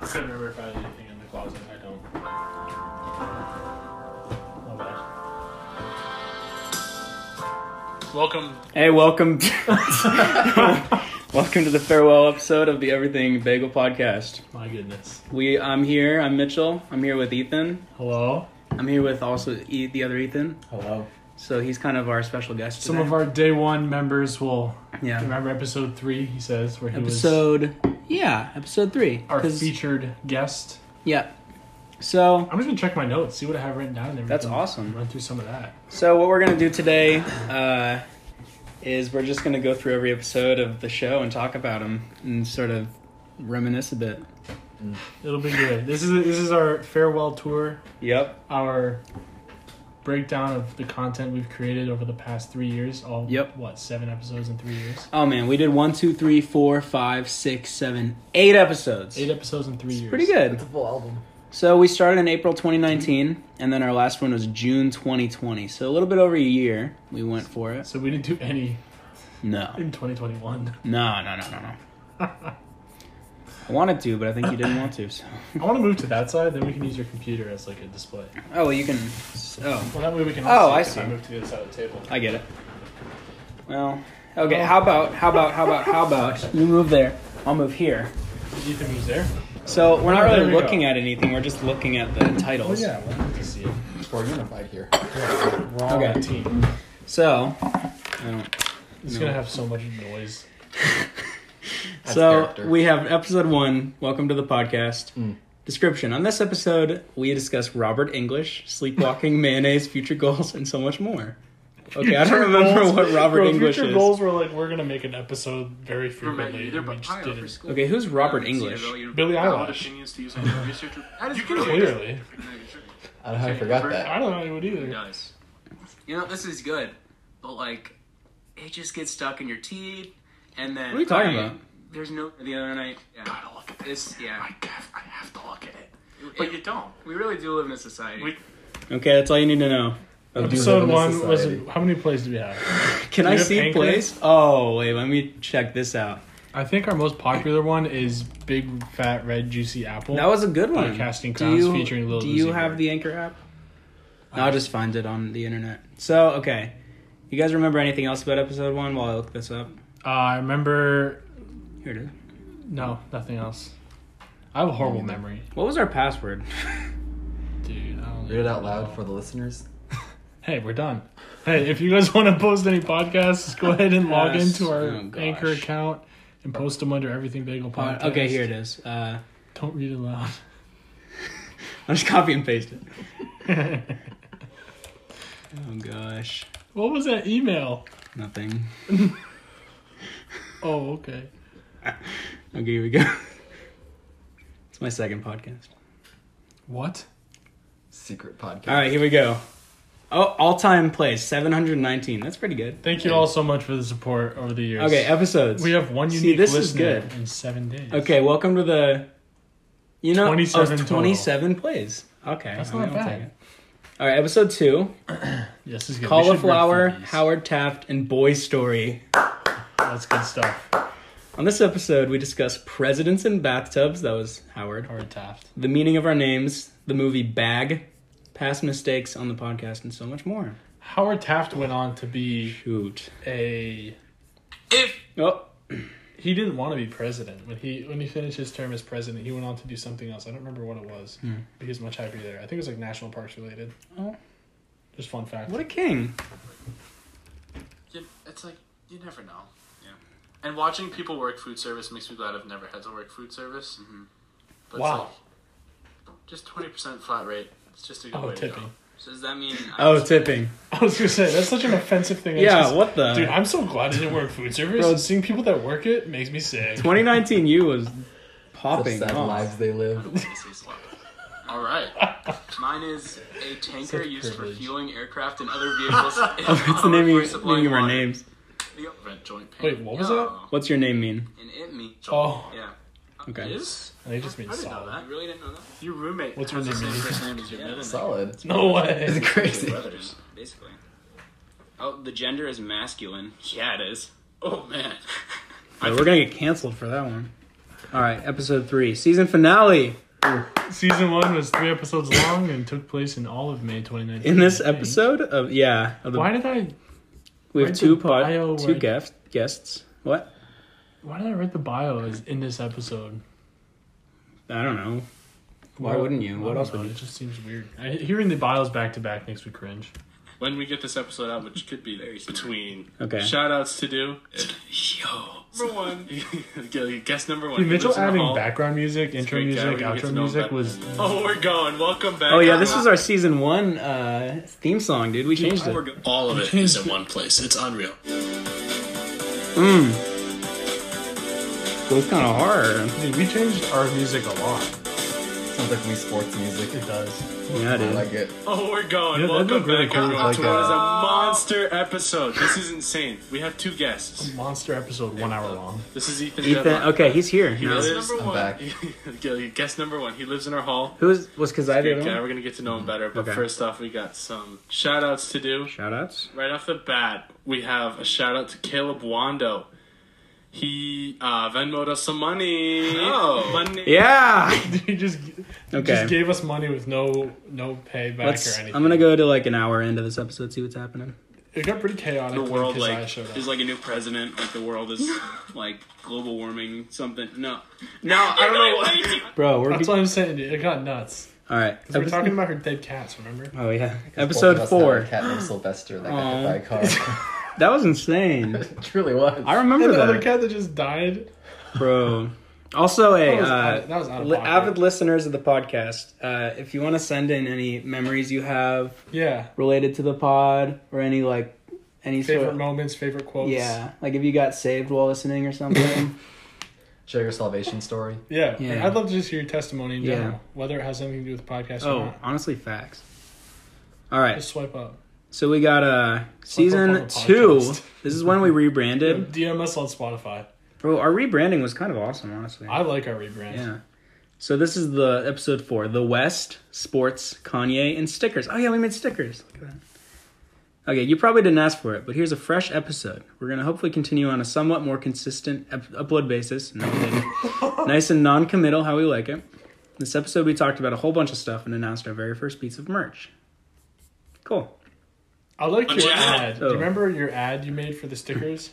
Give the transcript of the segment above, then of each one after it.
couldn't remember if I had anything in the closet. I don't. Oh, bad. Welcome. Hey, welcome. welcome to the farewell episode of the Everything Bagel podcast. My goodness. We, I'm here. I'm Mitchell. I'm here with Ethan. Hello. I'm here with also e- the other Ethan. Hello. So he's kind of our special guest. Some today. of our day one members will yeah remember episode three. He says where he episode. Yeah, episode three. was our 'Cause- featured guest. Yeah. So I'm just gonna check my notes, see what I have written down, and everything. That's awesome. Run through some of that. So what we're gonna do today uh, is we're just gonna go through every episode of the show and talk about them and sort of reminisce a bit. It'll be good. This is this is our farewell tour, Yep. our breakdown of the content we've created over the past three years. All Yep. what seven episodes in three years? Oh man, we did one, two, three, four, five, six, seven, eight episodes. Eight episodes in three years. Pretty good. It's a full album. So we started in April 2019, and then our last one was June 2020. So a little bit over a year we went for it. So we didn't do any No, in 2021. no, no, no, no, no. I wanted to, but I think you didn't want to. So. I want to move to that side, then we can use your computer as like a display. Oh, well, you can. Oh, Well, that way we can. Oh, I if see. I move to the other side of the table. I get it. Well, okay. How about? How about? How about? How about? You move there. I'll move here. Ethan moves there. So we're not Oh, there we really go. looking at anything. We're just looking at the Oh titles. yeah, I wanted to see it. We're unified here. We're all Okay. a team. So, I don't It's No. gonna have so much noise. That's so character. we have episode one. Welcome to the podcast. Mm. Description: On this episode, we discuss Robert English, sleepwalking, mayonnaise, future goals, and so much more. Okay, I don't remember what Robert Bro, English future is. goals were like we're gonna make an episode very frequently. They're and we just didn't. Okay, who's Robert English? Billie Valid Eilish. opinions to use on your research. How does You can Google clearly. I don't know how I forgot that. I don't know anyone either. does. You know, this is good, but like, it just gets stuck in your teeth, and then What are you talking I- about? There's no the other night. Yeah, Gotta look at this. it's yeah. I have, I have to look at it. But It- you don't. we really do live in a society. We- Okay, that's all you need to know. do Episode live in a one was society. how many plays did we have? Can Do I you have see Anchor? plays? Oh wait, let me check this out. I think our most popular one is Big Fat Red Juicy Apple. That was a good one. Podcasting Do Crowns you- featuring Lil Do Uzi you have Vert. the Anchor app? I'll just find it on the internet. So okay, you guys remember anything else about episode one? While I look this up, uh, I remember. here it is. No, nothing else. I have a horrible memory, What was our password? dude. I don't Read it out know. loud for the listeners. Hey, we're done. Hey, if you guys want to post any podcasts, go ahead and log Yes. into our Oh, gosh. Anchor account and post them under Everything Bagel Podcast. okay, here it is. Uh, Don't read it loud. I'll just copy and paste it. Oh gosh, what was that email? nothing. Oh, okay. Okay, here we go. it's my second podcast. What? Secret podcast. All right, here we go. Oh, all-time plays 719. That's pretty good. Thank you all so much for the support over the years. Okay, episodes. we have one See, unique this is listener good. in seven days. Okay, welcome to the. You know, 27 of total. 27 plays. Okay, That's I mean, not I'll bad. take it. All right, episode two: Yes, is good. We should read cauliflower, through these. Howard Taft, and Boy Story. That's good stuff. On this episode, we discuss presidents and bathtubs. That was Howard. Howard Taft. The meaning of our names, the movie Bag, past mistakes on the podcast, and so much more. Howard Taft went on to be Shoot. a. if Oh, He didn't want to be president when he when he finished his term as president. He went on to do something else. I don't remember what it was. But he was much happier there. I think it was like national parks related. Hmm. Oh. Just fun fact. what a king! you, it's like you never know. Yeah. And watching people work food service makes me glad I've never had to work food service. Mm-hmm. But Wow. It's like, just twenty percent flat rate. It's just a good Oh, way to tipping. go. So does that mean? I Oh, just- tipping. I was gonna say that's such an offensive thing. I Yeah, just- what the? Dude, I'm so glad I didn't work food service. Bro. Seeing people that work it makes me sick. 2019 U was The popping. sad off. lives they live. This is low. All right. Mine is a tanker Such used privilege. for fueling aircraft and other vehicles. It's the name of, name of our names. joint pain. Oh, Wait, what was No. What's your name mean? An it me. Oh. Yeah. Okay. Is? And they just I mean didn't know solid. that. You really didn't know that? Your roommate What's has her the name same mean? first name as your middle name. Solid. No way. It's crazy. Brothers, basically. Oh, the gender is masculine. Yeah, it is. Oh, man. we're gonna get canceled for that one. All right, episode three, season finale. Season one was three episodes long and took place in all of May 2019. In this I think. episode of yeah, of the, why did I we why have did two the bio pod, two write- guest, guests. What? why did I read the bio as in this episode? I don't know. Why Well, wouldn't you? I What don't else would know, you? It just seems weird. I, hearing the bios back to back makes me cringe. When we get this episode out, which could be between Okay. shout outs to do. Yo. Number one. Guest number one. Dude, He Mitchell lives in a adding hall. background music, intro great guy. music, We can get to outro know him music better. was Oh, we're going. Welcome back. Oh uh, yeah, this was our season one uh, theme song, dude. We changed We're it. go- All of it is in one place. It's unreal. Mm. Goes kind of hard. dude, we changed our music a lot. Sounds like Wii Sports music. It does. Yeah, I dude. like it. Oh, we're going. Yeah, that'd Welcome look really back, cool with, everyone. like, Tomorrow is a- a monster episode. This is insane. We have two guests. Monster episode, one hour long. This is Ethan. Ethan. Devon. Okay, he's here. He now. lives. I'm back. Guest number one. He lives in our hall. Who's was Kazai the Great other guy. one? We're gonna get to know him better. But Okay. first off, we got some shout outs to do. Shoutouts. Right off the bat, we have a shout out to Caleb Wando. He uh, Venmoed us some money. Oh, money. Yeah. he just Okay. just gave us money with no no payback Let's, um, or anything. I'm gonna go to like an hour into this episode. See what's happening. It got pretty chaotic. the when world Kazai like showed up. is like a new president like the world is like global warming something no no i don't know what Bro, we're That's what I'm saying. Dude. It got nuts. all right. 'Cause we were talking about her dead cats. Remember? Oh yeah, Both of episode us had a four. Cat named Sylvester that Aw. got hit by a car. That was insane. it truly was. I And remember the other that, cat that just died. bro. Also, a That was, uh, out, that was out of li- pocket. avid listeners of the podcast, uh, if you want to send in any memories you have yeah. related to the pod or any like any Favorite sort, moments, favorite quotes. yeah, like if you got saved while listening or something, Share your salvation story. Yeah. Yeah. And I'd love to just hear your testimony in Yeah. general, whether it has something to do with the podcast or oh, not. honestly, facts. All right, Just swipe up. so we got uh on season the two. podcast. This is when we rebranded. DM us on Spotify. Bro, our rebranding was kind of awesome, honestly. I like our rebrand. Yeah. So this is the episode four: the West, sports, Kanye, and stickers. Oh yeah, we made stickers. Look at that. Okay, you probably didn't ask for it, but here's a fresh episode. We're gonna hopefully continue on a somewhat more consistent up- upload basis. No, we didn't. nice and non-committal, how we like it. This episode, we talked about a whole bunch of stuff and announced our very first piece of merch. Cool. I like your Yeah. ad. Do Oh. you remember your ad you made for the stickers?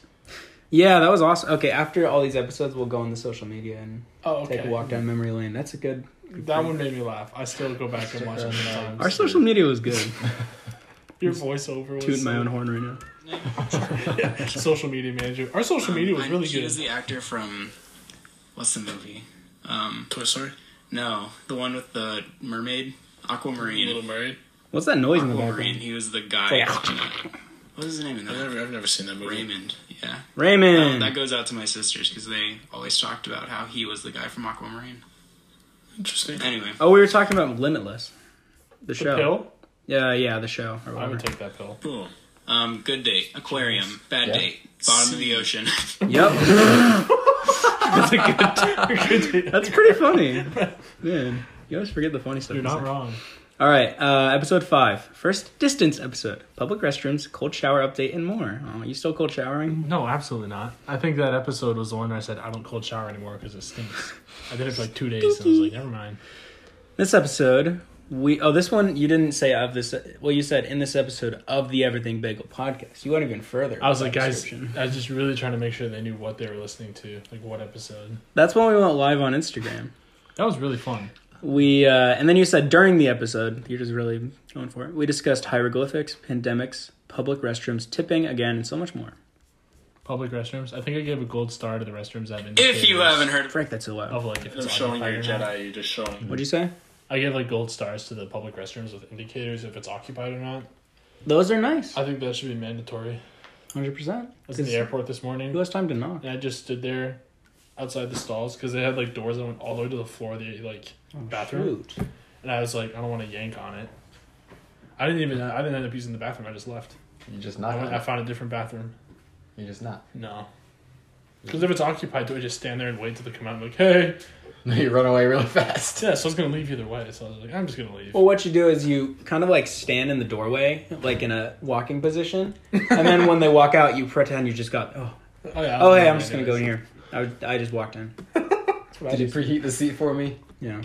Yeah, that was awesome. Okay, after all these episodes, we'll go on the social media and Oh, okay. take a walk down memory lane. That's a good. That one made me laugh. I still go back and watch it Our sometimes. social media was good. Your voiceover was Tooting my own horn right now. social media manager. Our social media was really he good. was the actor from what's the movie um toy story no the one with the mermaid Little aquamarine Murray. What's that noise in the aquamarine background? he was the guy It's what is his name in I've that never, I've never seen that movie. raymond yeah Um, Raymond. that goes out to my sisters because they always talked about how he was the guy from aquamarine Interesting. anyway oh, we were talking about Limitless, the The show. pill? Yeah, yeah, the show. Or I whatever. would take that pill. Cool. um good date aquarium bad Yeah. date bottom of the ocean yep, That's a good, good that's pretty funny. Man, you always forget the funny stuff. You're you not say. wrong. All right, uh, episode five, first distance episode, public restrooms, cold shower update, and more. Oh, you still cold showering? No, absolutely not. I think that episode was the one where I said I don't cold shower anymore because it stinks. I did it for like two days and I was like, never mind. This episode, we oh this one you didn't say of this. Well, you said in this episode of the Everything Bagel podcast. You went even further. I was with like, that guys, description. I was just really trying to make sure they knew what they were listening to, like what episode. that's when we went live on Instagram. That was really fun. We uh, and then you said during the episode, you're just really going for it. We discussed hieroglyphics, pandemics, public restrooms, tipping again, and so much more. Public restrooms. I think I gave a gold star to the restrooms I've been. if you haven't heard Frick, that's so loud. Of like, if I'm it's showing occupied your or not. Jedi. You're just showing. What'd you say? I give like gold stars to the public restrooms with indicators if it's occupied or not. Those are nice. I think that should be mandatory. Hundred percent. I was in the airport this Who morning has time to knock? and I just stood there outside the stalls because they had like doors that went all the way to the floor of the like Oh, bathroom, Shoot. and I was like, I don't want to yank on it. I didn't even. I didn't end up using the bathroom. I just left. You just I, went, I not. found a different bathroom. You just not. No. Because if it's occupied, do I just stand there and wait till they come out and be like, hey? No, you run away really fast. Yeah, so I was going to leave either way. So I was like, I'm just going to leave. Well, what you do is you kind of like stand in the doorway, like in a walking position, and then when they walk out, you pretend you just got. Oh, yeah, I was oh, hey, gonna I'm leave just gonna go in anyways. here. I, would- I just walked in. It's what I Did you just- preheat the seat for me? Yeah.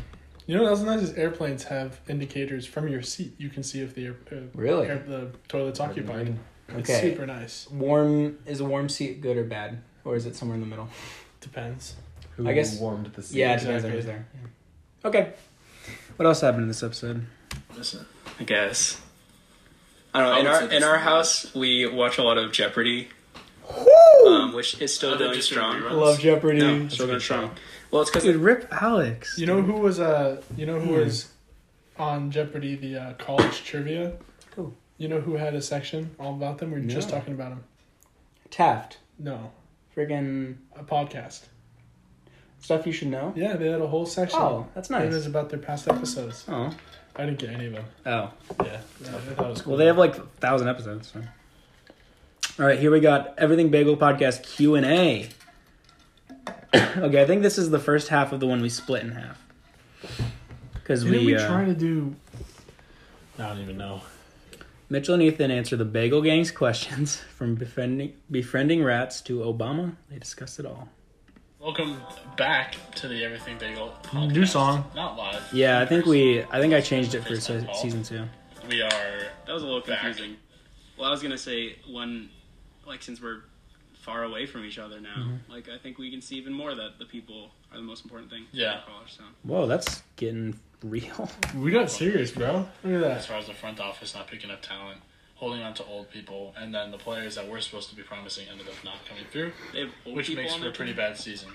You know what else is nice is airplanes have indicators from your seat. You can see if the air, uh, Really? air, the toilet's occupied. It's Mm-hmm. Okay. super nice. Warm is a warm seat good or bad, or is it somewhere in the middle? Depends. Who I guess- warmed the seat? Yeah, it depends on who's there. Yeah. Okay. What else happened in this episode? Listen, I guess. I don't know. I In would our say in this our is- house, we watch a lot of Jeopardy, um, which is still Other going just strong. reruns? Love Jeopardy. No, still going strong. Well, it's because Dude, rip Alex. You know who was uh you know who was on Jeopardy the uh, college trivia? Who? You know who had a section all about them? We were just No. talking about him. Taft. No. Friggin' A podcast. stuff you should know. Yeah, they had a whole section. Oh, that's It nice. was about their past episodes. Oh. I didn't get any of them. Oh. Yeah. I thought it was cool. Well, they have like a thousand episodes. So. All right, here we got Everything Bagel Podcast Q and A. okay, I think this is the first half of the one we split in half. Because Didn't we, we uh, try to do. I don't even know. Mitchell and Ethan answer the Bagel Gang's questions from befriending befriending rats to Obama. They discuss it all. Welcome back to the Everything Bagel podcast. New song. Not live. Yeah, I think we. I think I changed it for se- season two. We are. that was a little Back. confusing. Well, I was gonna say one, like since we're far away from each other now, like I think we can see even more that the people are the most important thing. Yeah. in college, so. Whoa, that's getting real. We got serious, bro. Look at As far as the front office not picking up talent, holding on to old people, and then the players that were supposed to be promising ended up not coming through, They have old which people makes on for a their pretty team. bad season.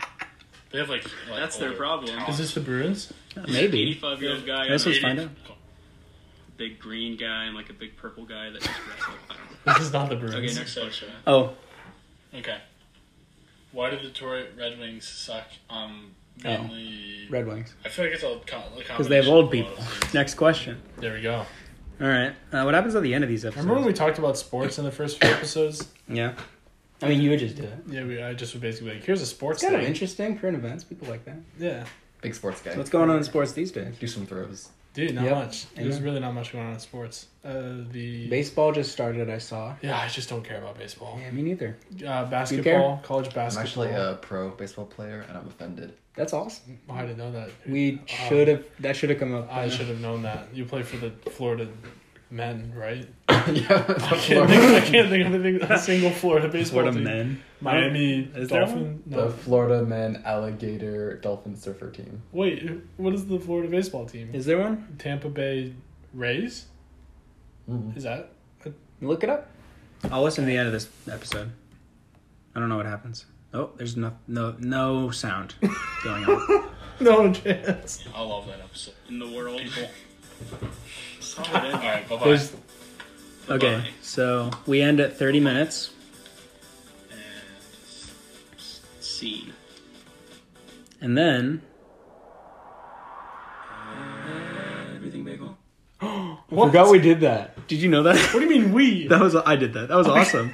They have like. like That's their older problem. that. Is this the Bruins? Maybe. Eighty-five year old guy, This was and a Eighty- find out. big green guy, and like a big purple guy that just wrestled. I don't know. This is not the Bruins. Okay, next Next section. Oh, Okay. Why did the Detroit Red Wings suck? Um, Oh. mainly. Red Wings. I feel like it's all because Because they have old people. Next question. There we go. All right. Uh, what happens at the end of these episodes? Remember when we talked about sports in the first few episodes? yeah. I mean, you would just do it. Yeah, we, I just was basically like, here's a sports It's kind of thing. interesting. Current events, people like that. Yeah. Big sports guy. So what's going on in sports these days? Do some throws. Dude, not Yep. much. There's Amen. really not much going on in sports. Uh, the Baseball just started. I saw. yeah, I just don't care about baseball. Yeah, me neither. Uh, basketball, college I'm basketball. actually uh, a pro baseball player, and I'm offended. That's awesome. Oh, I didn't know that. We Um, should have. That Uh, should have come up. Uh, I should have known that. You play for the Florida men, right? yeah, I can't, think, I can't think of anything, a single Florida baseball Florida team. men. Miami Is there Dolphin. The No. Florida Men Alligator Dolphin Surfer Team. Wait, what is the Florida baseball team? Is there one? Tampa Bay Rays? Mhm. Is that? Look it up. I'll listen to Oh, the end of this episode. I don't know what happens. Oh, there's no no no sound going on. No chance. I love that episode. in the world. People. Solid eh? end. All right, bye bye. There's- okay, so we end at 30 minutes. Scene. And then Everything bagel. I forgot we did that. Did you know that? What do you mean we? That was I did that. That was awesome.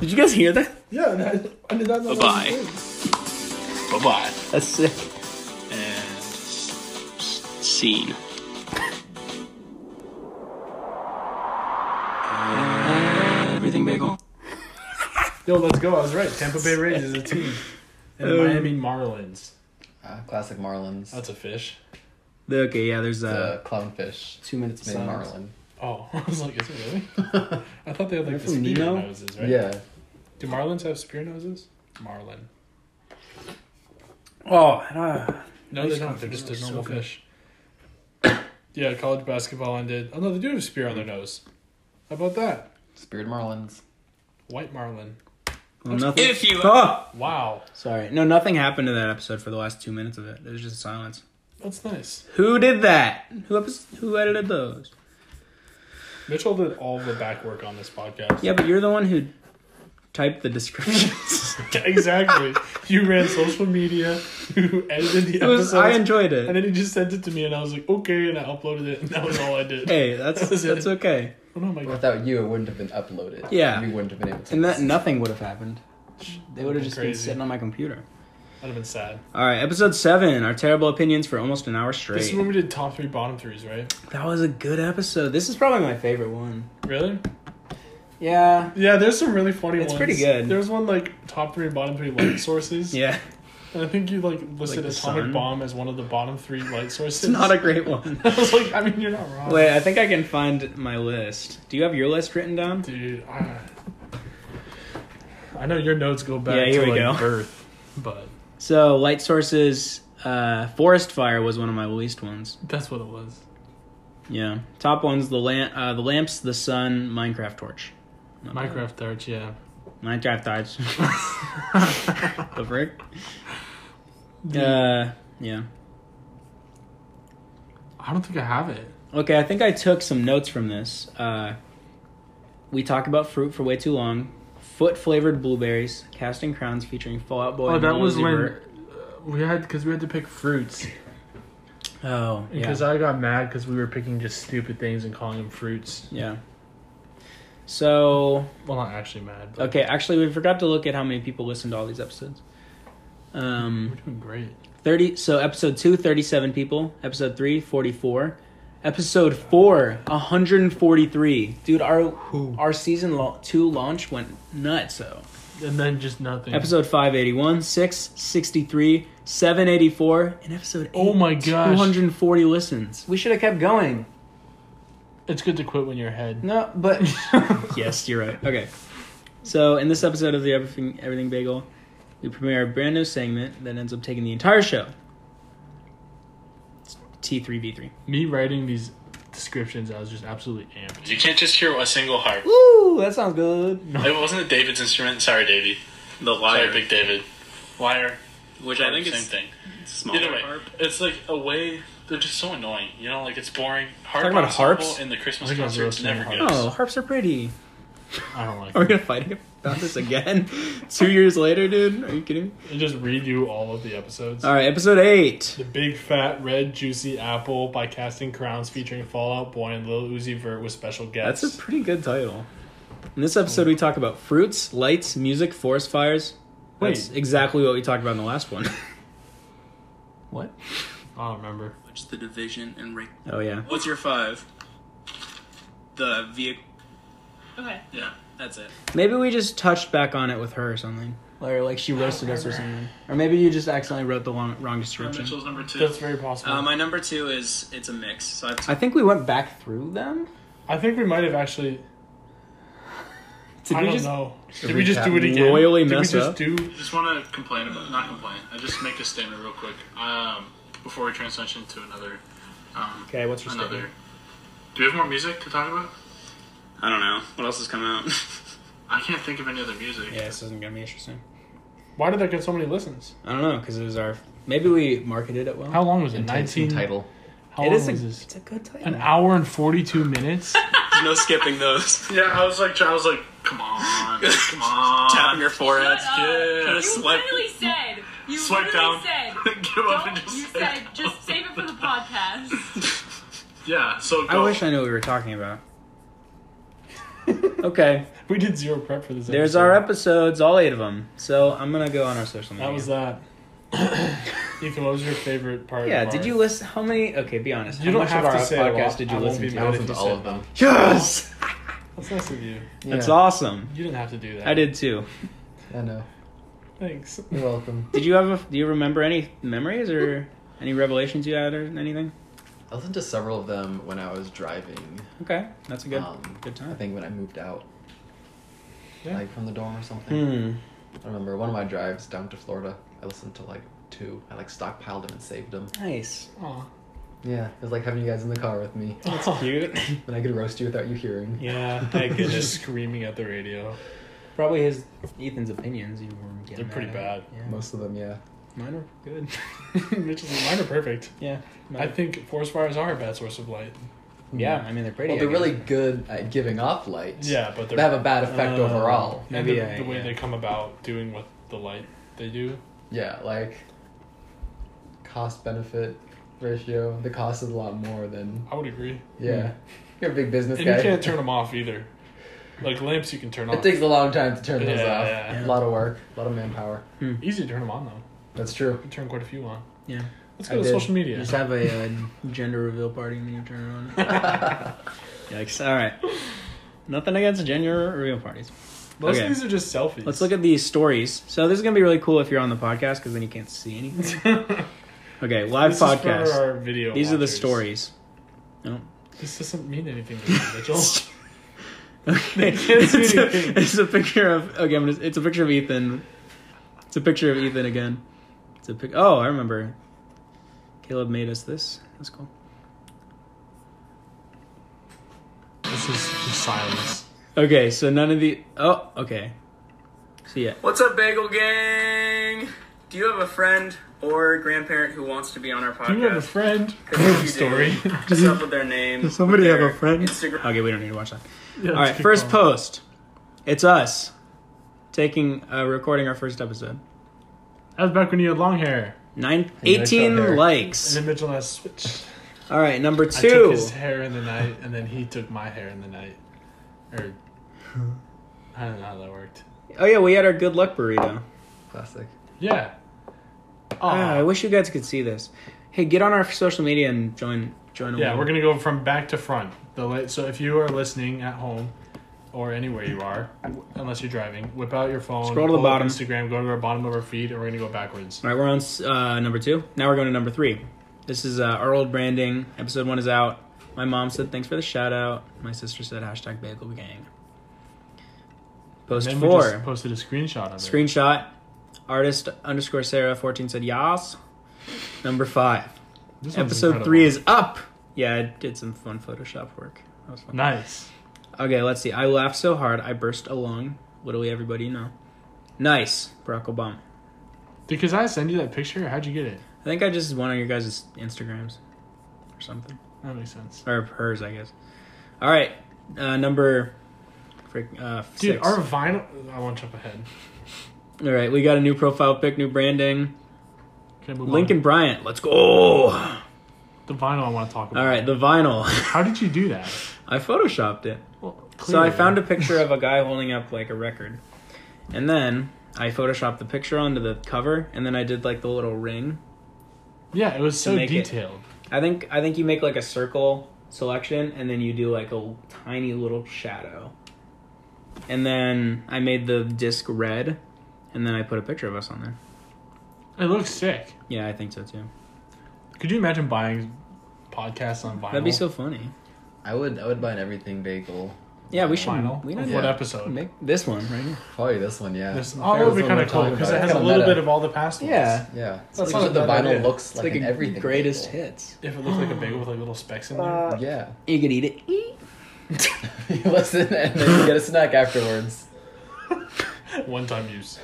did you guys hear that? Yeah, that, I did not know. that Bye-bye. was a thing. Bye bye. That's sick. And Scene. Everything bagel. Yo, let's go. I was right. Tampa Bay Rays is a team. And Um, Miami Marlins. Uh, classic Marlins. That's a fish. Okay, yeah, there's uh, the clownfish. two minutes. It's made silence. Marlin. Oh, I was like, is it really? I thought they had like the They're from spear Nemo? noses, right? Yeah. Do Marlins have spear noses? Marlin. Oh, and, No, uh, Those they don't. They're confident just a are so normal good. fish. yeah, college basketball ended. Oh no, they do have a spear on their nose. How about that? Spirit Marlins. White marlin. well, nothing. If you- Oh, Wow, sorry. No, nothing happened to that episode for the last two minutes of it. It was just silence. that's nice. Who did that? Who epis who edited those? Mitchell did all the back work on this podcast. Yeah, but you're the one who typed the descriptions. exactly. you ran social media. You edited the it was. I episode. enjoyed And it. then he just sent it to me, and I was like, okay, and I uploaded it, and that was all I did. Hey, that's That was it. that's okay. Oh, no, my God. Without you, it wouldn't have been uploaded. Yeah. We wouldn't have been able to. And that nothing would have happened. They would have just been Crazy. sitting on my computer. That'd have been sad. All right, episode seven. Our terrible opinions for almost an hour This straight. is when we did top three, bottom threes, right? That was a good episode. This is probably my favorite one. Really? Yeah. Yeah, there's some really funny It's ones. pretty good. There's one like top three and bottom three light sources. Yeah. And I think you like listed the atomic sun? bomb as one of the bottom three light sources. It's not a great one. I was like, I mean, you're not wrong, Wait, I think I can find my list. Do you have your list written down? dude. I, I know your notes go back Yeah, here to we like go. birth, but So light sources, uh, forest fire was one of my least ones. that's what it was. Yeah, top ones the lamp, uh, the lamps, the sun, Minecraft torch, Not bad. Minecraft darts, yeah. Minecraft torch. the frick? Uh, yeah. I don't think I have it. Okay, I think I took some notes from this. Uh, we talk about fruit for way too long. Foot flavored blueberries, casting crowns featuring Fallout Boy. Oh, and that Lil was Uzi when Vert. uh, we had because we had to pick fruits. Oh, yeah. Because I got mad because we were picking just stupid things and calling them fruits. yeah. So Well, not actually mad. But okay, actually, we forgot to look at how many people listened to all these episodes. Um, we're doing great. 30 so episode 2 37 people episode 3 44 episode 4 143 dude our our season lo- 2 launch went nuts so And then just nothing. episode 581 6 63 784 and episode 8 Oh my gosh. 240 listens we should have kept going It's good to quit when you're ahead. no but yes you're right okay so in this episode of the everything everything bagel we premiere a brand new segment that ends up taking the entire show it's t3v3 Me writing these descriptions, I was just absolutely amped. You can't just hear a single harp. Ooh, that sounds good. It wasn't a David's instrument. Sorry, Davey. The Sorry, lyre, Big David. Wire. which I think same is thing. smaller Either way, harp. it's like a way. They're just so annoying. You know, like it's boring. Harp Talking about ensemble harps? in the Christmas I think I was concerts listening never to goes. harps. Oh, harps are pretty. I don't like Are we it. gonna fight about this again? Two years later, dude? Are you kidding me? I just read you all of the episodes. All right, episode eight. The Big Fat Red Juicy Apple by Casting Crowns featuring Fallout Boy and Lil Uzi Vert with special guests. That's a pretty good title. In this episode, we talk about fruits, lights, music, forest fires. That's Wait. exactly what we talked about in the last one. what? I don't remember. Which the division and rank. Oh yeah. What's your five? The vehicle. Okay. Yeah, that's it. Maybe we just touched back on it with her or something. Or like she roasted us or something. Or maybe you just accidentally wrote the long, wrong description. Mitchell's number two. That's very possible. Uh, my number two is it's a mix. So I've I think we went back through them. I think we might have actually. Did I we don't just know. Did Did we we just cap- do it again? royally Did mess we just up? do? just want to complain about not complain. I just make a statement real quick um, before we transition to another. Um, Okay, what's your another. statement? Do we have more music to talk about? I don't know what else has come out. I can't think of any other music. Yeah, this isn't gonna be interesting. Why did that get so many listens? I don't know because it was our. Maybe we marketed it well. How long was it? Intense Nineteen. in title. How it long is was a, this? it's a good title. An hour and forty-two minutes. There's no skipping those. Yeah, I was like, I was like, come on, come on. Tapping your forehead. Shut up. good. You Swipe- literally said. You Swipe literally down. said. Give up and Don't, just. you say said just save it for the podcast. Yeah. So I go. wish I knew what we were talking about. okay, we did zero prep for this. there's episode. our episodes, all eight of them. So I'm gonna go on our social media. That was that. Ethan, what was your favorite part? yeah, of did ours? you list how many? Okay, be honest. You how don't much have of to our say a podcast lot. did you I won't listen be to? mad. I if listened you to all said of them. Yes, That's nice of you. that's Yeah, awesome. You didn't have to do that. I did too. I know. Thanks. You're welcome. Did you have? A, do you remember any memories or any revelations you had or anything? I listened to several of them when I was driving. Okay, that's a good um, good I time. think when I moved out, Yeah. like from the dorm or something. Hmm. I remember one of my drives down to Florida. I listened to like two. I like stockpiled them and saved them. Nice. Aw. Yeah, it was like having you guys in the car with me, That's cute. and I could roast you without you hearing. yeah, Like, they're just screaming at the radio. Probably his Ethan's opinions. You were getting They're pretty mad at. Yeah. Most of them, yeah. Mine are good. Mitchell's mine are perfect. yeah. I think forest fires are a bad source of light. yeah, I mean they're pretty. Well, I they're guess. really good at giving off lights. Yeah, but they're They have a bad effect Uh, overall. and Maybe the, I- the way yeah. they come about doing what the light they do. Yeah, like cost benefit ratio. The cost is a lot more than I would agree. yeah. You're a big business And guy. Hmm. you can't turn them off either. Like lamps, you can turn it off. takes a long time to turn those Yeah, off. yeah. Hmm. A lot of work, a lot of manpower. Easy to turn them on though. You That's true. can turn quite a few on. Yeah. Let's I go to did. social You media. just have a uh, gender reveal party and then you turn it on. Yikes! All right. Nothing against gender reveal parties. Most Okay. of these are just selfies. Let's look at these stories. So this is gonna be really cool if you're on the podcast because then you can't see anything. Okay, live This is for podcast. our video These are the watchers. stories. This doesn't mean anything to me, Mitchell. Okay, can't it's, see a, anything. it's a picture of okay. I'm gonna, it's a picture of Ethan. It's a picture of Ethan again. It's a pic. Oh, I remember. Caleb made us this. That's cool. this is just silence. Okay, so none of the. Oh, okay. So yeah, What's up, Bagel Gang? Do you have a friend or grandparent who wants to be on our Do you have a podcast? friend? If you Story. do, What's up with their name? Does somebody with have their a friend? Instagram. Okay, we don't need to watch that. Yeah, All right, first post. It's us taking uh, recording our first episode. That was back when you had long hair. Nine, Yeah, I saw 18 hair. And likes. then Mitchell and I switched. All right, number I took two. his hair in the night, and then he took my hair in the night. Or I don't know how that worked. Oh yeah, we had our good luck burrito. Classic. Yeah. Ah, I Oh. wish you guys could see this. Hey, get on our social media and join join. Yeah, along. we're gonna go from back to front. The la- so if you are listening at home or anywhere you are, unless you're driving, whip out your phone. Scroll to the pull up bottom. Instagram. Go to our bottom of our feed, and we're gonna go backwards. All right, we're on uh, number two. Now we're going to number three. This is uh, our old branding. Episode one is out. My mom said thanks for the shout out. My sister said hashtag bagel gang. Post And then we just four. posted a screenshot of it. Screenshot. Artist underscore Sarah fourteen said yas. Number five. This one's Episode incredible. three is up. Yeah, I did some fun Photoshop work. That was fun. nice. Okay, let's see. I laughed so hard I burst along. Literally everybody know. Nice, Barack Obama. Because I send you that picture. How'd you get it? I think I just went on your guys' Instagrams or something. That makes sense. Or hers, I guess. All right. Uh, number frick, uh, Dude, six. our vinyl. I won't jump ahead. All right, we got a new profile pic, new branding. Can I move on? Lincoln Bryant, let's go. All The vinyl I want to talk about. right, the vinyl. How did you do that? I photoshopped it. Well, So I found a picture of a guy holding up like a record. And then I photoshopped the picture onto the cover and then I did like the little ring. Yeah, it was so make it. detailed. I think I think you make like a circle selection and then you do like a tiny little shadow. And then I made the disc red and then I put a picture of us on there. It, looks sick. Yeah, I think so too. Could you imagine buying podcasts on vinyl? That'd be so funny. I would I would buy an everything bagel. Yeah, we should Vinyl. We we don't What Yeah. episode? make this one right now. Probably this one, yeah. This, Fair oh, that would was be the kind one of we're cool talking because about. it has a Kinda little meta. bit of all the past ones. Yeah. Yeah, it's That's like not a the bad vinyl idea. looks It's like, like, an a everything. greatest bagel. hits. If it looked like a bagel with like little specks in there. Uh, Yeah, You could eat it. you listen and then you get a snack afterwards. One time use.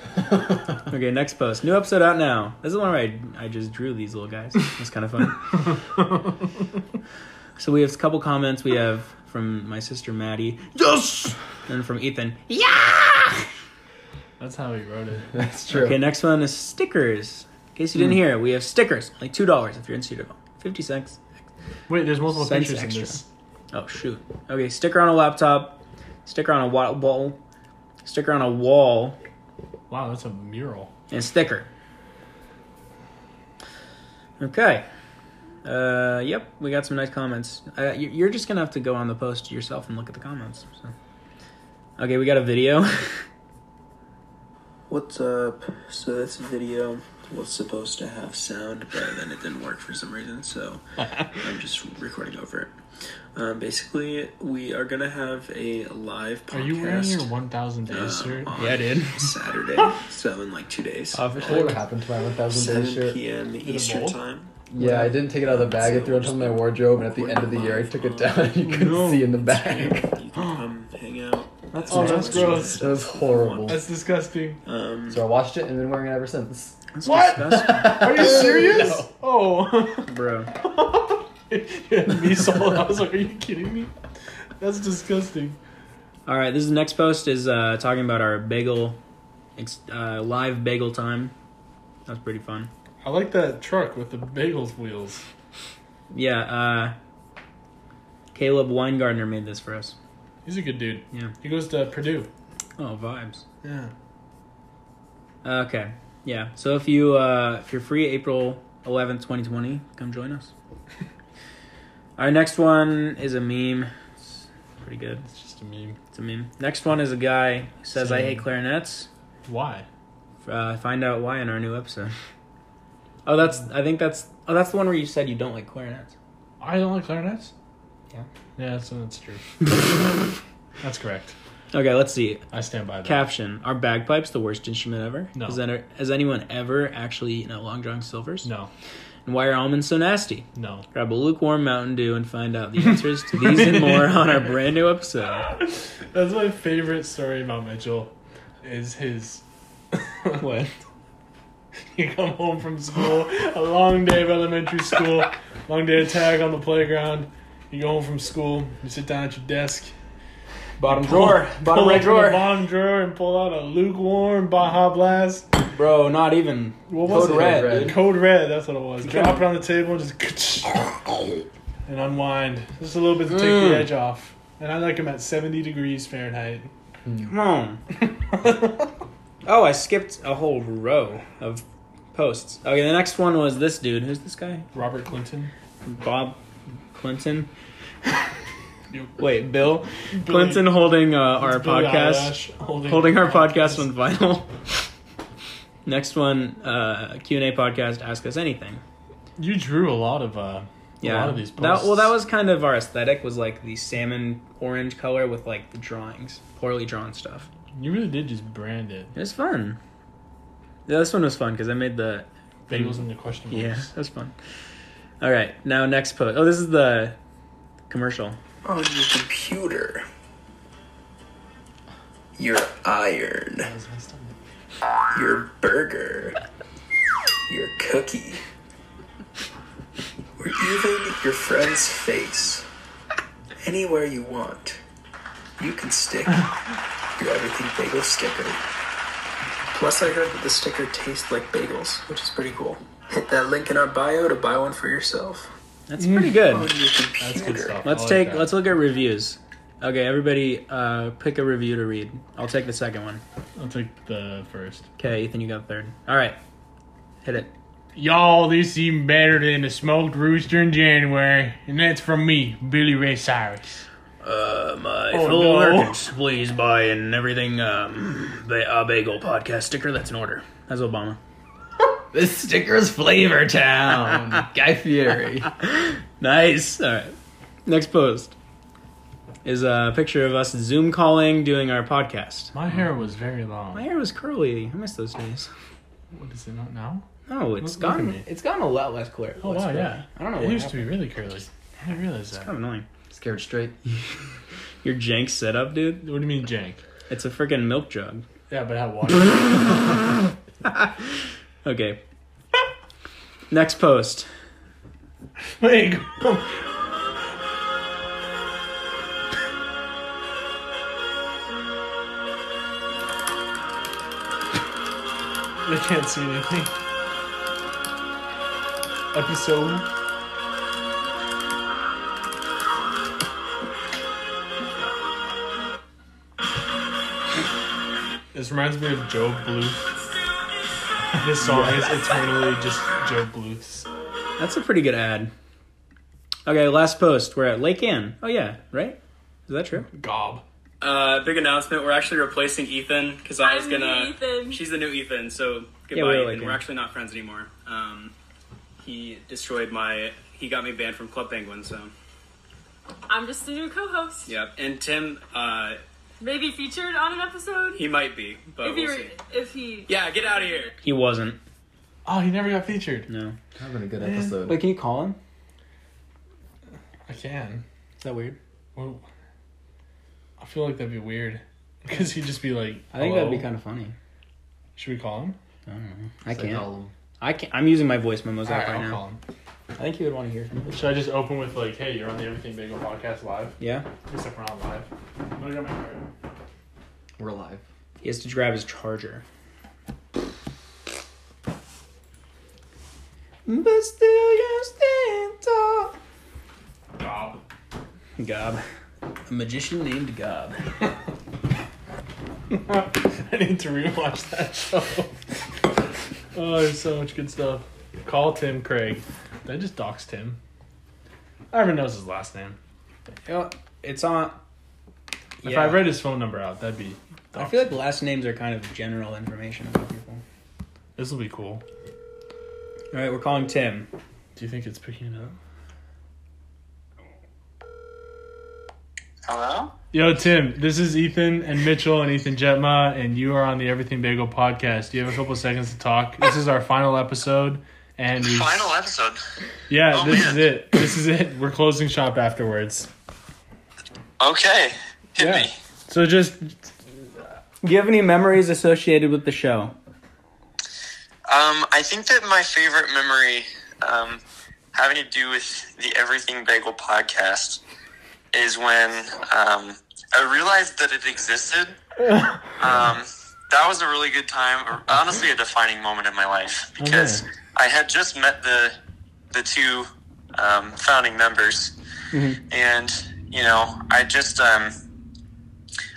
Okay, next post. New episode out now. This is the one where I, I just drew these little guys. It's kind of fun. so we have a couple comments. We have from my sister Maddie. Yes! And from Ethan. That's how he wrote it. That's true. Okay, next one is stickers. In case you didn't hear, we have stickers. Like $2 if you're in Cedarville. 50 cents. Wait, there's multiple Sense pictures extra. in this. Oh, shoot. Okay, sticker on a laptop. Sticker on a wa- wall. Sticker on a wall. Wow, that's a mural. And sticker. Okay. Uh, yep, we got some nice comments. Uh, you- you're just gonna have to go on the post yourself and look at the comments. So. Okay, we got a video. What's up? So this video was supposed to have sound, but then it didn't work for some reason, so I'm just recording over it. Um, basically, we are gonna have a live podcast. Are you wearing your 1,000 days shirt? on Yeah, dude. Saturday, so in like two days, Uh, What happened to my 1,000 day 7 shirt? p.m. Eastern mold? time. Yeah, I didn't take it out of the bag. I threw it in my wardrobe, and at the end of the year, I took it down, and you couldn't see in the bag. You can come hang out. That's Oh, that's gross. That was horrible. That's disgusting. Um, So I watched it and been wearing it ever since. what? Are you serious? Oh. Bro. you had me sold. I was like, are you kidding me? That's disgusting. All right, this is the next post is uh, talking about our bagel, ex- uh, live bagel time. That's pretty fun. I like that truck with the bagels wheels. Yeah, uh, Caleb Weingartner made this for us. He's a good dude. Yeah. He goes to Purdue. Oh, vibes. Yeah. Okay. Yeah. So if you uh if you're free April 11th, 2020, come join us. Our next one is a meme. It's pretty good. It's just a meme. It's a meme. Next one is a guy who says, I hate clarinets. Why? Uh, find out why in our new episode. Oh, that's, I think that's, oh, that's the one where you said you don't like clarinets. I don't like clarinets. Yeah. Yeah, that's that's true. That's correct. Okay, let's see. I stand by that. Caption: Are bagpipes the worst instrument ever? No. Has, any- has anyone ever actually eaten at Long John Silver's? No, And why are almonds so nasty? no. Grab a lukewarm Mountain Dew and find out the answers to these and more on our brand new episode. That's my favorite story about Mitchell. Is his What? you come home from school, a long day of elementary school, long day of tag on the playground. You go home from school, you sit down at your desk, Bottom pull- drawer, bottom pull right open the drawer, bottom drawer, and pull out a lukewarm Baja Blast. bro. Not even What was code it? red, Red. dude. Code red, that's what it was. Drop it on the table and just and unwind. Just a little bit to take Mm. the edge off. And I like them at 70 degrees Fahrenheit. Come on. oh, I skipped a whole row of posts. Okay, the next one was this dude. Who's this guy? Robert Clinton. Bob Clinton. You- Wait, Bill Clinton holding uh, our Billie podcast, Eilish holding, holding our podcast on vinyl. Next one, uh, Q and A podcast. Ask us anything. You drew a lot of uh, Yeah, a lot of these That, posts. well, that was kind of our aesthetic. Was like the salmon orange color with like the drawings, poorly drawn stuff. you really did just brand it. It was fun. Yeah, this one was fun because I made the Bagels and the question marks. yeah. That was fun. All right, now next post. Oh, this is the commercial. Oh, your computer. Your iron. That was messed up. Your burger. Your cookie. Or even your friend's face. Anywhere you want. You can stick your everything bagel sticker. Plus, I heard that the sticker tastes like bagels, which is pretty cool. Hit that link in our bio to buy one for yourself. That's pretty good. On your computer. That's good stuff. Let's I like take. that. Let's look at reviews. Okay, everybody, uh, pick a review to read. I'll take the second one. I'll take the first. Okay, Ethan, you got third. All right, hit it. Y'all, this even better than the smoked rooster in January, and that's from me, Billy Ray Cyrus. Uh, my Oh, fellow no. Americans, please buy an everything um, ba- a bagel podcast sticker. That's an order. That's Obama. This sticker is Flavor Town. Guy Fieri. Nice. All right. Next post is a picture of us Zoom calling doing our podcast. My hair was very long. My hair was curly. I miss those days. What is it not now? No, it's Look- look at gotten me. it's gotten a lot less clear. Oh wow, yeah. I don't know. It what used to happened. be really curly. I didn't realize that. Kind of annoying. Scared straight. Your jank setup, dude. What do you mean, jank? It's a freaking milk jug. Yeah, but I had water. Okay. Next post. Wait, I can't see anything. Episode. This reminds me of Joe Bluth. This song is eternally just Joe Bluth's. That's a pretty good ad. Okay, last post. We're at Lake Ann. Oh yeah, right? Is that true? Gob. Uh, big announcement. We're actually replacing Ethan because I was I'm gonna. Ethan. She's the new Ethan. So goodbye, we're Ethan. like We're him. actually not friends anymore. Um, he destroyed my. He got me banned from Club Penguin. So I'm just a new co-host. yeah. And Tim, uh, Maybe featured on an episode. he might be, but if he, we'll were, see. if he, Yeah, get out of here. He wasn't. Oh, he never got featured. No. Having a good episode. Wait, can you call him? I can. Is that weird? Well, I feel like that'd be weird because he'd just be like, I think that'd "Hello?" be kind of funny. Should we call him? I don't know. I It's like, can't. oh, I can't. I'm using my voice memos Alright, app right I'll now. call him. I think he would want to hear from me. Should I just open with like, "Hey, you're on the Everything Bagel podcast live"? Yeah. Except we're not live. I'm gonna get my card. we're live. He has to grab his charger. But still, you stand tall. Gob. Gob. A magician named Gob. Oh, I need to rewatch that show. oh, there's so much good stuff. Call Tim Craig. Did I just dox Tim? Everyone knows his last name. You know, it's on. If I read his phone number out, that'd be. I feel like last names are kind of general information about people. This will be cool. All right, we're calling Tim. Do you think it's picking it up? Hello? Yo, Tim, this is Ethan and Mitchell and Ethan Jetma, and you are on the Everything Bagel podcast. Do you have a couple seconds to talk? This is our final episode, and we, Final episode. yeah, oh, this man. is it. This is it. We're closing shop afterwards. Okay. Hit Yeah. me. So just Do you have any memories associated with the show? Um, I think that my favorite memory um, having to do with the Everything Bagel podcast is when um, I realized that it existed. Um, that was a really good time, or honestly, a defining moment in my life because man. I had just met the the two um, founding members, and you know, I just um,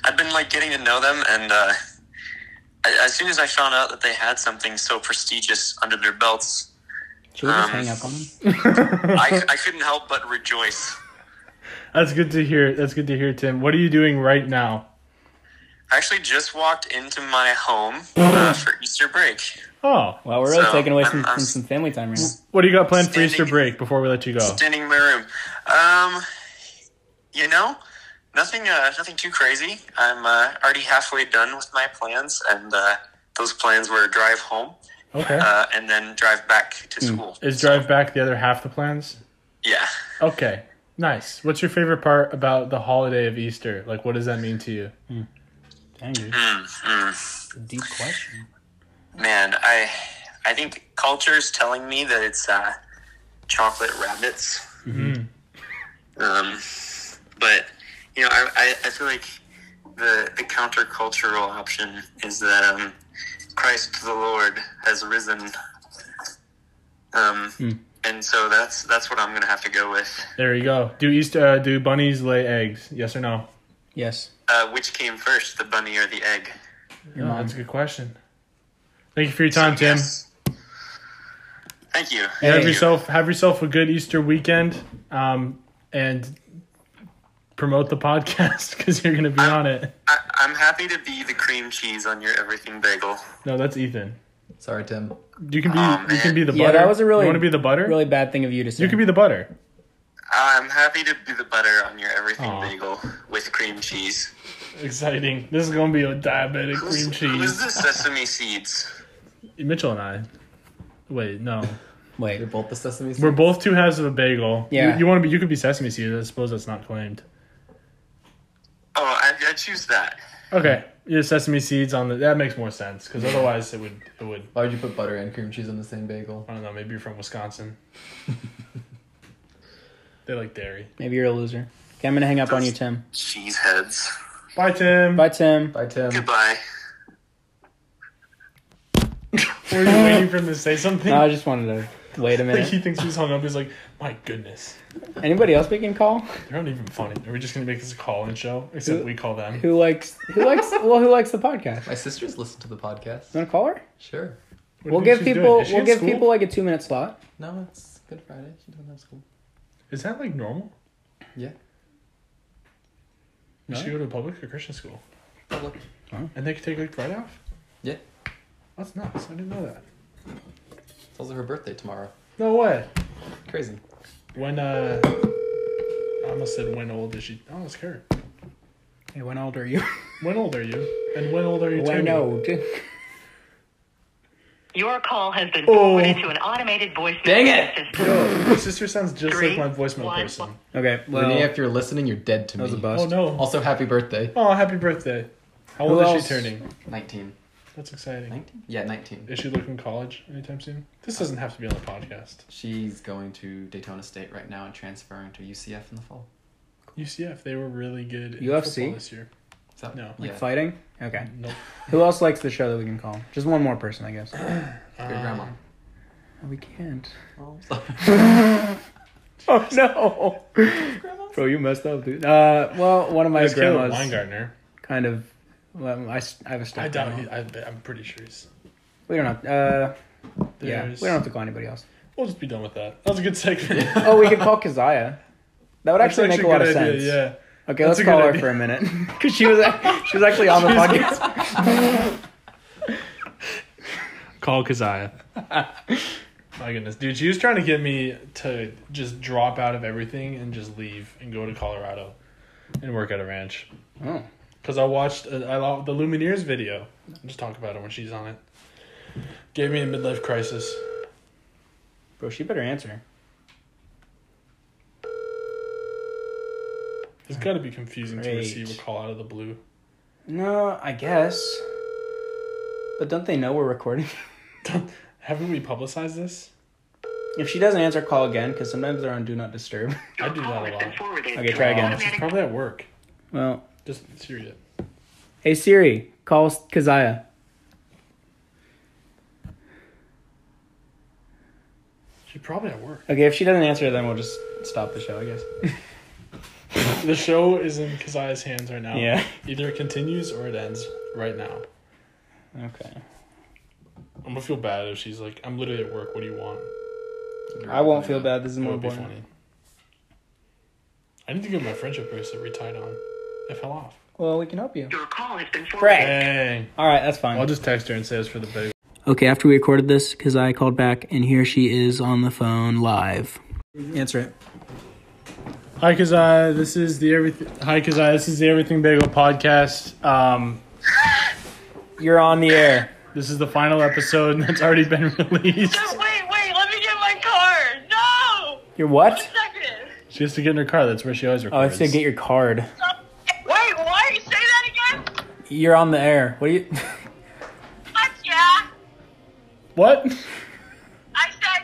I'd been like getting to know them, and uh, a- as soon as I found out that they had something so prestigious under their belts, Should we just Um, hang up on him? I, I couldn't help but rejoice. that's good to hear. That's good to hear, Tim. What are you doing right now? I actually just walked into my home uh, for Easter break. Oh, Wow, we're really So, taken away from, I'm- from some family time right now. what do you got planned for Easter Standing- break before we let you go? Standing in my room. Um, you know, nothing, uh, nothing too crazy. I'm uh, already halfway done with my plans, and uh, those plans were drive home Okay. uh, and then drive back to Hmm. school. Is drive back the other half the plans? Yeah. Okay. Nice. What's your favorite part about the holiday of Easter? Like, what does that mean to you? Dang, dude. Mm, mm. Deep question. Man, I, I think culture is telling me that it's uh, chocolate rabbits. Mm-hmm. Mm. Um, but you know, I, I, I feel like the the countercultural option is that um, Christ the Lord has risen. Um, Hmm. and so that's that's what I'm gonna have to go with. There you go. Do Easter? Uh, do bunnies lay eggs? Yes or no? Yes. Uh, which came first, the bunny or the egg? Your That's a good question. Thank you for your time, Tim. Yes. Thank you. You Have Hey. yourself have yourself a good Easter weekend, um, and promote the podcast because you're gonna be on it. I, I'm happy to be the cream cheese on your everything bagel. No, that's Ethan. Sorry, Tim. You can be Aw, you can be the butter. Ah, Yeah, that was a really- You want to be the butter? Really bad thing of you to say. You can be the butter. I'm happy to be the butter on your everything Aw. bagel with cream cheese. Exciting. This is gonna be a diabetic cream Who's cheese. the sesame seeds? Mitchell and I. Wait, no. Wait. You're both the sesame. We're both two halves of a bagel. You- Yeah. You, want to be? You could be sesame seeds. I suppose that's not claimed. Oh, I, I choose that. Okay. Yeah, sesame seeds on the. That makes more sense because otherwise it would it would. Why would you put butter and cream cheese on the same bagel? I don't know. Maybe you're from Wisconsin. they like dairy. Maybe you're a loser. Okay, I'm going to hang up on you, Tim. Cheese heads. Bye, Tim. Bye, Tim. Bye, Tim. Goodbye. Were you waiting for him to say something? No, I just wanted to wait a like minute. he thinks he's hung up. He's like, my goodness, Anybody else we can call? they're not even funny. Are we just gonna make this a call-in show? Uh, Except we call them. Who likes who likes well who likes the podcast? My sisters listen to the podcast. You want to call her? Sure. What do We'll you give think she's people doing? Is she we'll in give school? people like a two minute slot. No, it's Good Friday. She doesn't have school. Is that like normal? Yeah. Does she go to a public or Christian school? Public. And they could take like Friday off? Yeah. That's nuts. I didn't know that. It's also her birthday tomorrow. No way. Crazy. When uh I almost said when old is she I almost cared. Hey, when old are you? When old are you? And when old are you when turning? old? Your call has been Oh. forwarded to an automated voicemail Dang it. system. Yo, my sister sounds just like Three, my voicemail one, person. Okay, well Renee, that if you're listening, you're dead to was a me. bust. Oh no. Also, happy birthday. Oh happy birthday. How old Who is else? she turning? 19. That's exciting. 19? Yeah, 19. Is she looking college anytime soon? This doesn't have to be on the podcast. She's going to Daytona State right now and transferring to UCF in the fall. UCF, they were really good in UFC? football this year. Is that- No. Like Yeah. fighting? Okay. Nope. Who else likes the show that we can call? Just one more person, I guess. Oh, Your grandma. We can't. Oh, sorry. Oh no, bro, you messed up, dude. Uh, well, one of my It's Caleb grandmas Weingartner. uh, kind of. Well, I, s- I have a step. I doubt grandma. he, I, I'm pretty sure he's. We don't have. Uh, yeah, we There's- don't have to call anybody else. We'll just be done with that. That was a good segment. Oh, we could call Keziah. That would That's actually make a lot of good sense. idea, Okay, let's That's a call good her idea. for a minute because she was she was actually on the She's- podcast. Call Keziah. My goodness, dude, she was trying to get me to just drop out of everything and just leave and go to Colorado and work at a ranch. Oh. Cause I watched uh, I lo- the Lumineers video. I'll just talk about it when she's on it. Gave me a midlife crisis. Bro, she better answer. It's got to be confusing to Great. receive a call out of the blue. No, I guess. But don't they know we're recording? Haven't we publicized this? If she doesn't answer, call again because sometimes they're on do not disturb. I do that a lot. Okay, try again. She's probably at work. Well, Just serious. hey Siri, call Keziah. She's probably at work. Okay, if she doesn't answer, then we'll just stop the show, I guess. The show is in Keziah's hands right now. Yeah. Either it continues or it ends right now. Okay. I'm gonna feel bad if she's like, "I'm literally at work. What do you want?" I won't feel bad. This is That more would be important. funny. I need to get my friendship bracelet retied on. It fell off. Well, we can help you. Dang. All right, that's fine. I'll just text her and say it's for the bagel. Okay, after we recorded this, Keziah called back, and here she is on the phone live. Answer it. Hi, Kazai. This is the everything. Hi, Kazai. This is the Everything Bagel podcast. Um, You're on the air. this is the final episode, and that's already been released. Wait, wait, let me get my card. No! Your what? Second. She has to get in her car. That's where she always Oh, I have records. to get your card. Wait, what? Say that again? You're on the air. What do you? Heck yeah. what? I said,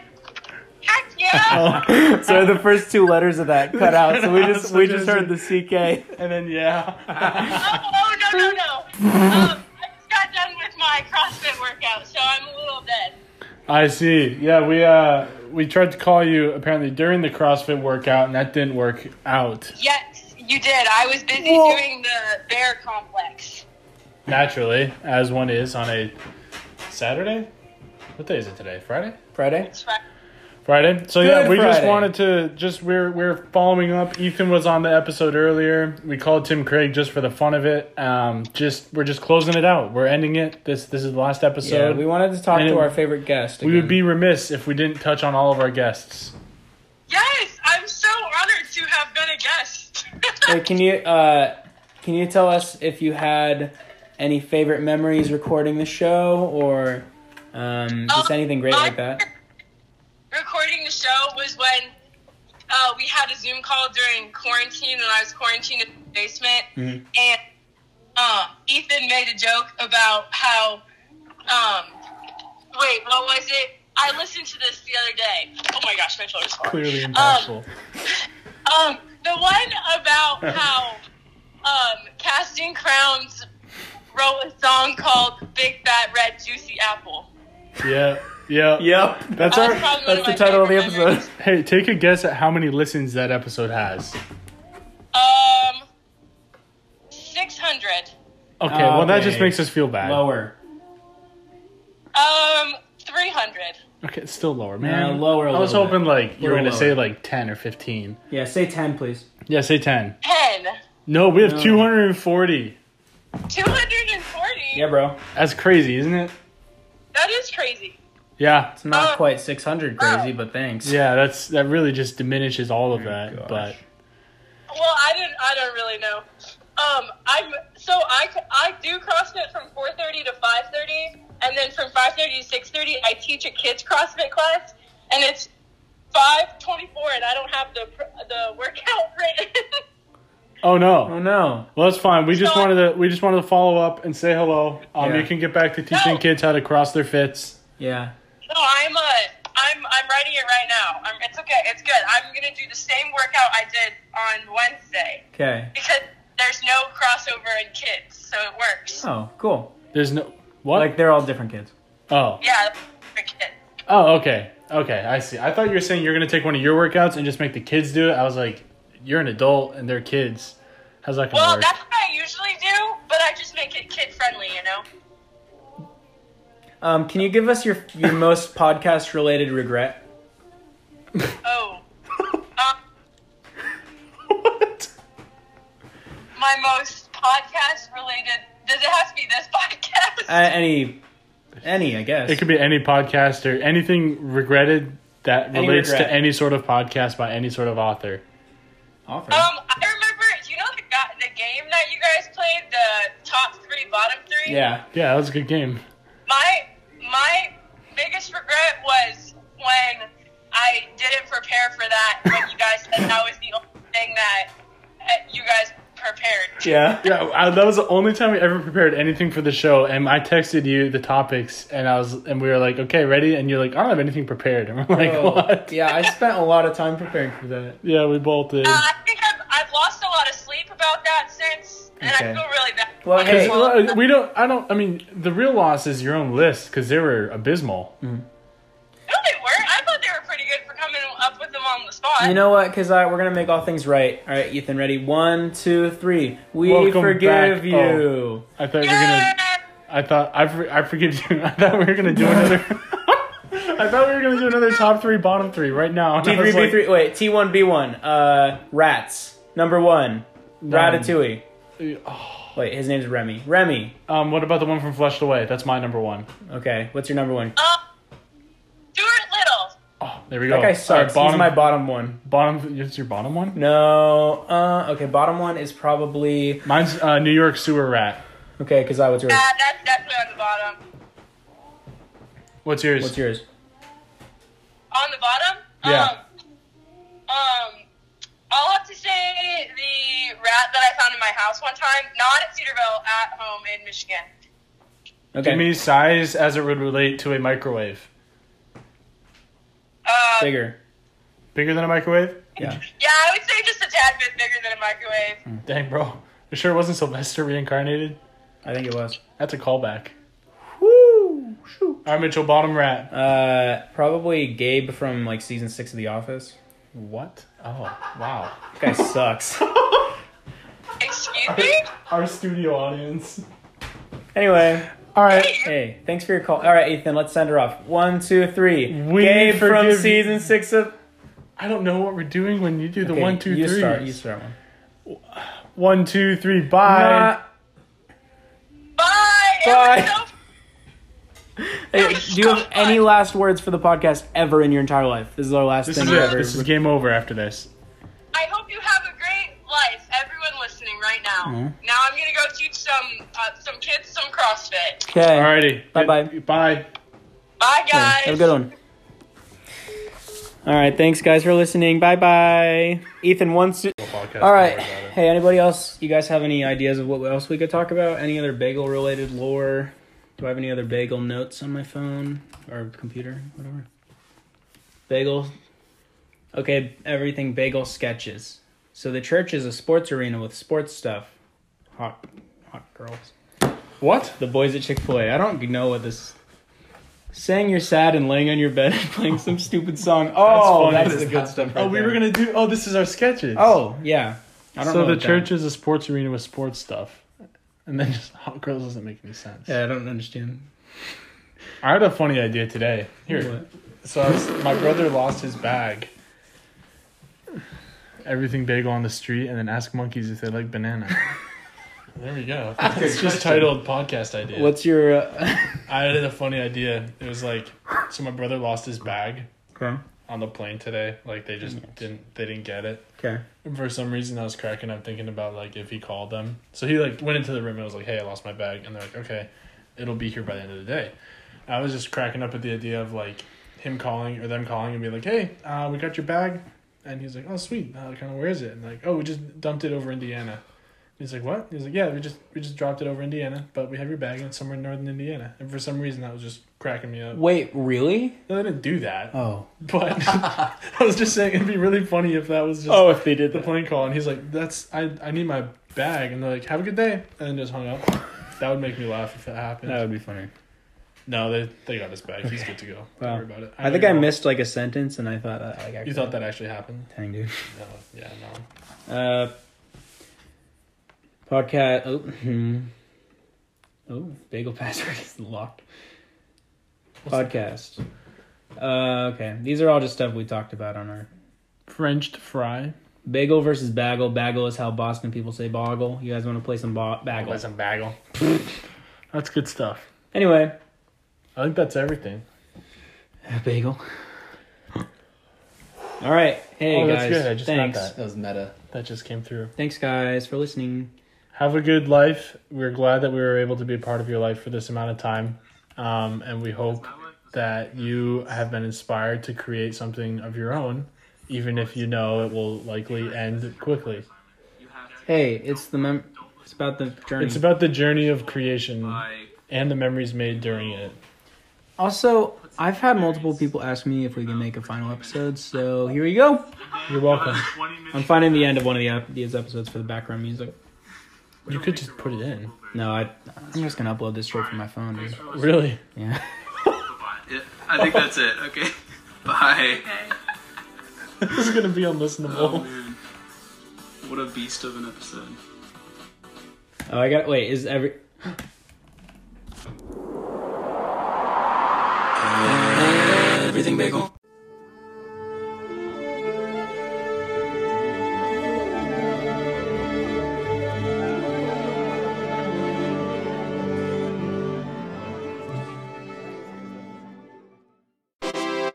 heck yeah. so the first two letters of that cut out. So we just we just heard the CK. And then yeah. oh, oh, no, no, no. Um, I just got done with my CrossFit workout, so I'm a little dead. I see. Yeah, we uh we tried to call you apparently during the CrossFit workout, and that didn't work out Yes, you did. I was busy doing the bear complex. naturally, as one is on a Saturday. What day is it today? Friday. Friday. It's fine. Friday. So Good yeah, we just Friday. wanted to just we're we're following up. Ethan was on the episode earlier. We called Tim Craig just for the fun of it. Um, just we're just closing it out. We're ending it. This this is the last So episode. we wanted to talk And to it- our favorite guest. we would again. be remiss if we didn't touch on all of our guests. Yes, I'm so honored to have been a guest. Wait, can you uh, can you tell us if you had any favorite memories recording the show or um, just Um, anything great my like that? Recording the show was when uh, we had a Zoom call during quarantine, and I was quarantined in the basement. Mhm. And uh, Ethan made a joke about how, um, wait, what was it? I listened to this the other day. Oh my gosh, my phone is falling. Clearly impactful. Um, the one about how um, Casting Crowns wrote a song called "Big Fat Red Juicy Apple." yeah. Yeah. Yep. That's That's our probably one that's of the my title of the favorite episode. memories. Hey, take a guess at how many listens that episode has. Um, six hundred. Uh, Okay, well that just Okay. makes us feel bad. Lower. Um, three hundred. Okay, it's still lower, Yeah, man. lower a I was little hoping bit. like you were Little gonna say lower. like ten or fifteen. Yeah, say ten, please. Yeah, say ten. Ten. No, we have No. 240. Two hundred and forty. Yeah, bro. That's crazy, isn't it? That is crazy. Yeah. It's not Uh, quite six hundred crazy, but thanks. Yeah, that's that really just diminishes all of that. Oh gosh. But Well, I didn't. I don't really know. Um, I'm so I c- I do CrossFit from four thirty to five thirty, and then from five thirty to six thirty, I teach a kids CrossFit class, and it's five twenty four, and I don't have the pr- the workout written. oh Oh no. no. Well, that's fine. We just So- wanted to we just wanted to follow up and say hello. Um, Yeah. you can get back to teaching No. kids how to cross their fits. Yeah. no, I'm uh, I'm I'm writing it right now. I'm, it's okay. It's good. I'm gonna do the same workout I did on Wednesday Okay. because there's no crossover in kids, so it works. Oh, cool. There's no what? Like they're all different kids. oh. Yeah, for kids. Oh, okay. Okay, I see. I thought you were saying you're gonna take one of your workouts and just make the kids do it. I was like, you're an adult and they're kids. How's that gonna Well, work? that's what I usually do, but I just make it kid friendly, you know? Um, can you give us your your most podcast related regret? Oh. um, what? my most podcast related. Does it have to be this podcast? Uh, any, any, I guess. It could be any podcast or anything regretted that Any relates regret. to any sort of podcast by any sort of author. Offer. Um, I remember. You know the guy, the game that you guys played, the top three, bottom three. Yeah. Yeah, that was a good game. My my biggest regret was when I didn't prepare for that. When you guys said that was the only thing that uh, you guys prepared. Yeah. Yeah, I, that was the only time we ever prepared anything for the show, and I texted you the topics, and I was, and we were like, okay, ready, and you're like, I don't have anything prepared, and we're like, Oh. Bro, what? Yeah, I spent a lot of time preparing for that. Yeah, we both did. Uh, I think I've, I've lost a lot of sleep about that since, and Okay. I feel really bad. Well, Because hey, uh, we don't, I don't, I mean, the real loss is your own list because they were abysmal. No, they weren't. I thought they were pretty good for coming up with them on the spot. You know what? Because uh, we're gonna make all things right. All right, Ethan, ready? One, two, three. We Welcome forgive back. you. Oh, I thought we were gonna, I thought, I, for, I forgive you. I thought we were gonna do another, I thought we were gonna do another top three, bottom three right now. and I T three was B like, three. Wait, T one B one. Uh, rats. Number one. Ratatouille. Wait, his name's Remy. Remy. "Oh." Um, what about the one from Flushed Away? That's my number one. Okay, what's your number one? Stuart Little. Oh, There we go. That guy sucks. All right, He's bottom, my bottom one. bottom, it's your bottom one. No. Uh. Okay. Bottom one is probably Mine's uh, New York sewer rat. okay. Because I was yours. Yeah, that's definitely on the bottom. What's yours? What's yours? On the bottom? Yeah. Ah, Um, um, I'll have to say the rat that I found in my house one time, not at Cedarville, at home in Michigan. Okay. Give me size as it would relate to a microwave. Uh, Bigger. Bigger than a microwave? Yeah. yeah, I would say just a tad bit bigger than a microwave. Dang, bro. You sure it wasn't Sylvester reincarnated? I think it was. That's a callback. Woo. Shoot. All right, Mitchell, bottom rat. Uh, probably Gabe from like season six of The Office. What? Oh, wow. That guy sucks. Excuse me? Our studio audience. anyway, All right. Hey, hey, thanks for your call. All right, Ethan, let's send her off. One, two, three. We Gabe from forgive- season six of. I don't know what we're doing when you do the Okay, one, two, you three. Start, you start one. One, two, three, bye. Nah. Bye! It Bye. was so- Hey, do you have any last words for the podcast ever in your entire life? This is our last This thing is we it. ever. This is game over after this. I hope you have a great life, everyone listening right now. Mm-hmm. Now I'm gonna go teach some uh, some kids some CrossFit. okay. All righty. Bye-bye. Bye. Bye, guys. Have a good one. All right, thanks guys for listening. Bye bye. Ethan wants to. All right. Hey, anybody else? You guys have any ideas of what else we could talk about? Any other bagel related lore? Do I have any other bagel notes on my phone or computer, whatever? Bagel. Okay, everything bagel sketches. So the church is a sports arena with sports stuff. Hot, hot girls. What? The boys at Chick Fil A. I don't know what this. Saying you're sad and laying on your bed and playing some stupid song. Oh, funny. that's, What the good stuff. Oh, right we were gonna there. do. Oh, this is our sketches. Oh yeah. I don't so know the what that- church is a sports arena with sports stuff, and then just hot girls doesn't make any sense. Yeah, I don't understand. I had a funny idea today. Here, so I was, my brother lost his bag. Everything bagel on the street, and then ask monkeys if they like banana. there we go. It's just titled podcast idea. What's your? Uh, I had a funny idea. It was like, so my brother lost his bag okay. on the plane today. Like they just didn't they didn't get it. Okay. And for some reason, I was cracking up thinking about like if he called them. So he like went into the room and was like, "Hey, I lost my bag," and they're like, "Okay, it'll be here by the end of the day." I was just cracking up at the idea of like him calling or them calling and be like, "Hey, uh, we got your bag," and he's like, "Oh, sweet. Uh, kind of where is it?" And like, "Oh, we just dumped it over Indiana." He's like, "What?" He's like, "Yeah, we just we just dropped it over Indiana, but we have your bag and it's somewhere in northern Indiana." And for some reason, that was just cracking me up. Wait, really? No, they didn't do that, Oh. but I was just saying it'd be really funny if that was just Oh, if they did the plane call and he's like, "That's I I need my bag," and they're like, "Have a good day," and then just hung up. That would make me laugh if that happened. That would be funny. No, they they got his bag. He's good to go. Don't Wow. worry about it. I think know I you- missed like a sentence, and I thought that like I You thought that actually happened? Dang, dude. No, yeah, no. Uh. Podcast. Oh. hmm. Oh, bagel password is locked. podcast. Uh, okay, these are all just stuff we talked about on our French fry. Bagel versus bagel. Bagel is how Boston people say boggle. You guys want to play some bo- bagel? Play some bagel. That's good stuff. Anyway, I think that's everything. bagel. All right. Hey oh, that's guys. good. I just thanks. got that. That was meta. That just came through. Thanks guys for listening. Have a good life. We're glad that we were able to be a part of your life for this amount of time. Um, and we hope that you have been inspired to create something of your own, even if you know it will likely end quickly. Hey, it's the mem- it's about the journey. It's about the journey of creation and the memories made during it. also, I've had multiple people ask me if we can make a final episode, so here we go. You're welcome. I'm finding the end of one of the ep- these episodes for the background music. You could just put it in. No, I I'm just gonna upload this straight from my phone. Dude. Really? Yeah. Yeah, I think that's it. Okay. Bye. This is going to be unlistenable. Oh, man. What a beast of an episode. Oh, I got. Wait, is every? Everything bagel.